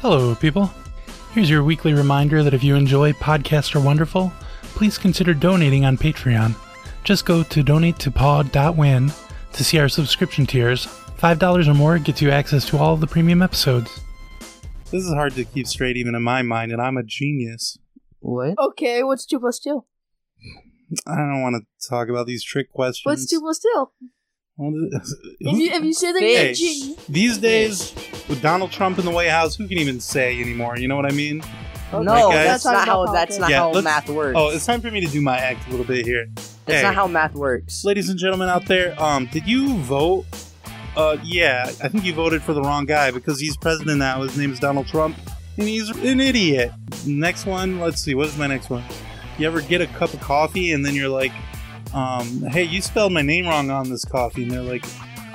Hello, people. Here's your weekly reminder that if you enjoy Podcasts Are Wonderful, please consider donating on Patreon. Just go to donatetopod.win to see our subscription tiers. $5 or more gets you access to all of the premium episodes. This is hard to keep straight even in my mind, and I'm a genius. What? Okay, what's two plus two? I don't want to talk about these trick questions. What's two plus two? What is- If you, if you say that you're Hey, a genius, these days, with Donald Trump in the White House, who can even say anymore? You know what I mean? No, Like, guys- that's not how. That's not Yeah, how let's- math works. Oh, it's time for me to do my act a little bit here. that's hey. not how math works. ladies and gentlemen out there, um, did you vote? Uh, yeah, I think you voted for the wrong guy because he's president now. His name is Donald Trump, and he's an idiot. Next one, let's see. What is my next one? You ever get a cup of coffee and then you're like, um, "Hey, you spelled my name wrong on this coffee," and they're like,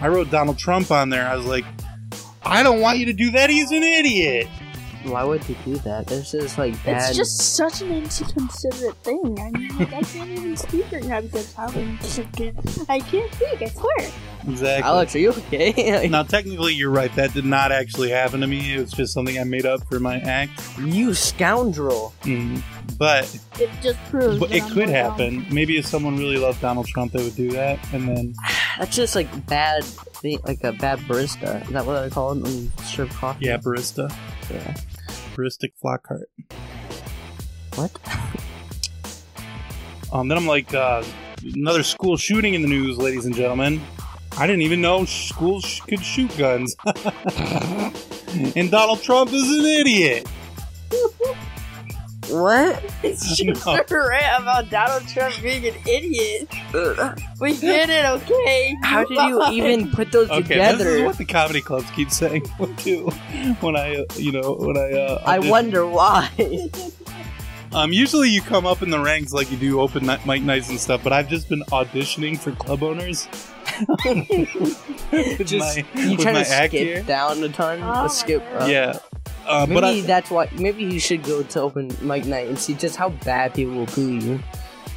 "I wrote Donald Trump on there." I was like, "I don't want you to do that. He's an idiot." Why would you do that? There's just like bad. it's just such an inconsiderate thing. I mean, like, I can't even speak right now because I'm inconsiderate. I can't speak. I swear. Exactly. Alex, are you okay? Now, technically, you're right. That did not actually happen to me. It was just something I made up for my act. you scoundrel! Mm. But It just proves. But that it I'm could not wrong. happen. Maybe if someone really loved Donald Trump, they would do that. And then, That's just like bad, thing, like a bad barista. Is that what they're called when you serve coffee? yeah, barista, Yeah. baristic Flockhart. What? Um, then I'm like, uh, another school shooting in the news, ladies and gentlemen. I didn't even know schools sh- could shoot guns. and Donald Trump is an idiot. What? It's No. just a rant about Donald Trump being an idiot. We get it, okay? How did you even put those Okay, this is together? what the comedy clubs keep saying too. When I, uh, you know, when I, uh, I audition. wonder why. Um, usually you come up in the ranks like you do open ni- mic nights and stuff, but I've just been auditioning for club owners. With Just my- you with trying my to skip act here. down a ton? Oh my Let's skip. God. up. Yeah, uh, Maybe but I, that's why. Maybe you should go to open mic night and see just how bad people will boo you.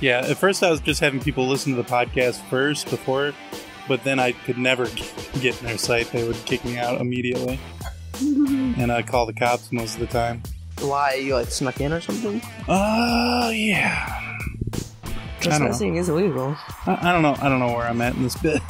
yeah. At first, I was just having people listen to the podcast first before, but then I could never g- get in their sight. They would kick me out immediately, even? and I call the cops most of the time. Why you like snuck in or something? Uh, yeah. I don't know. Discussing is illegal. I, I don't know. I don't know where I'm at in this bit.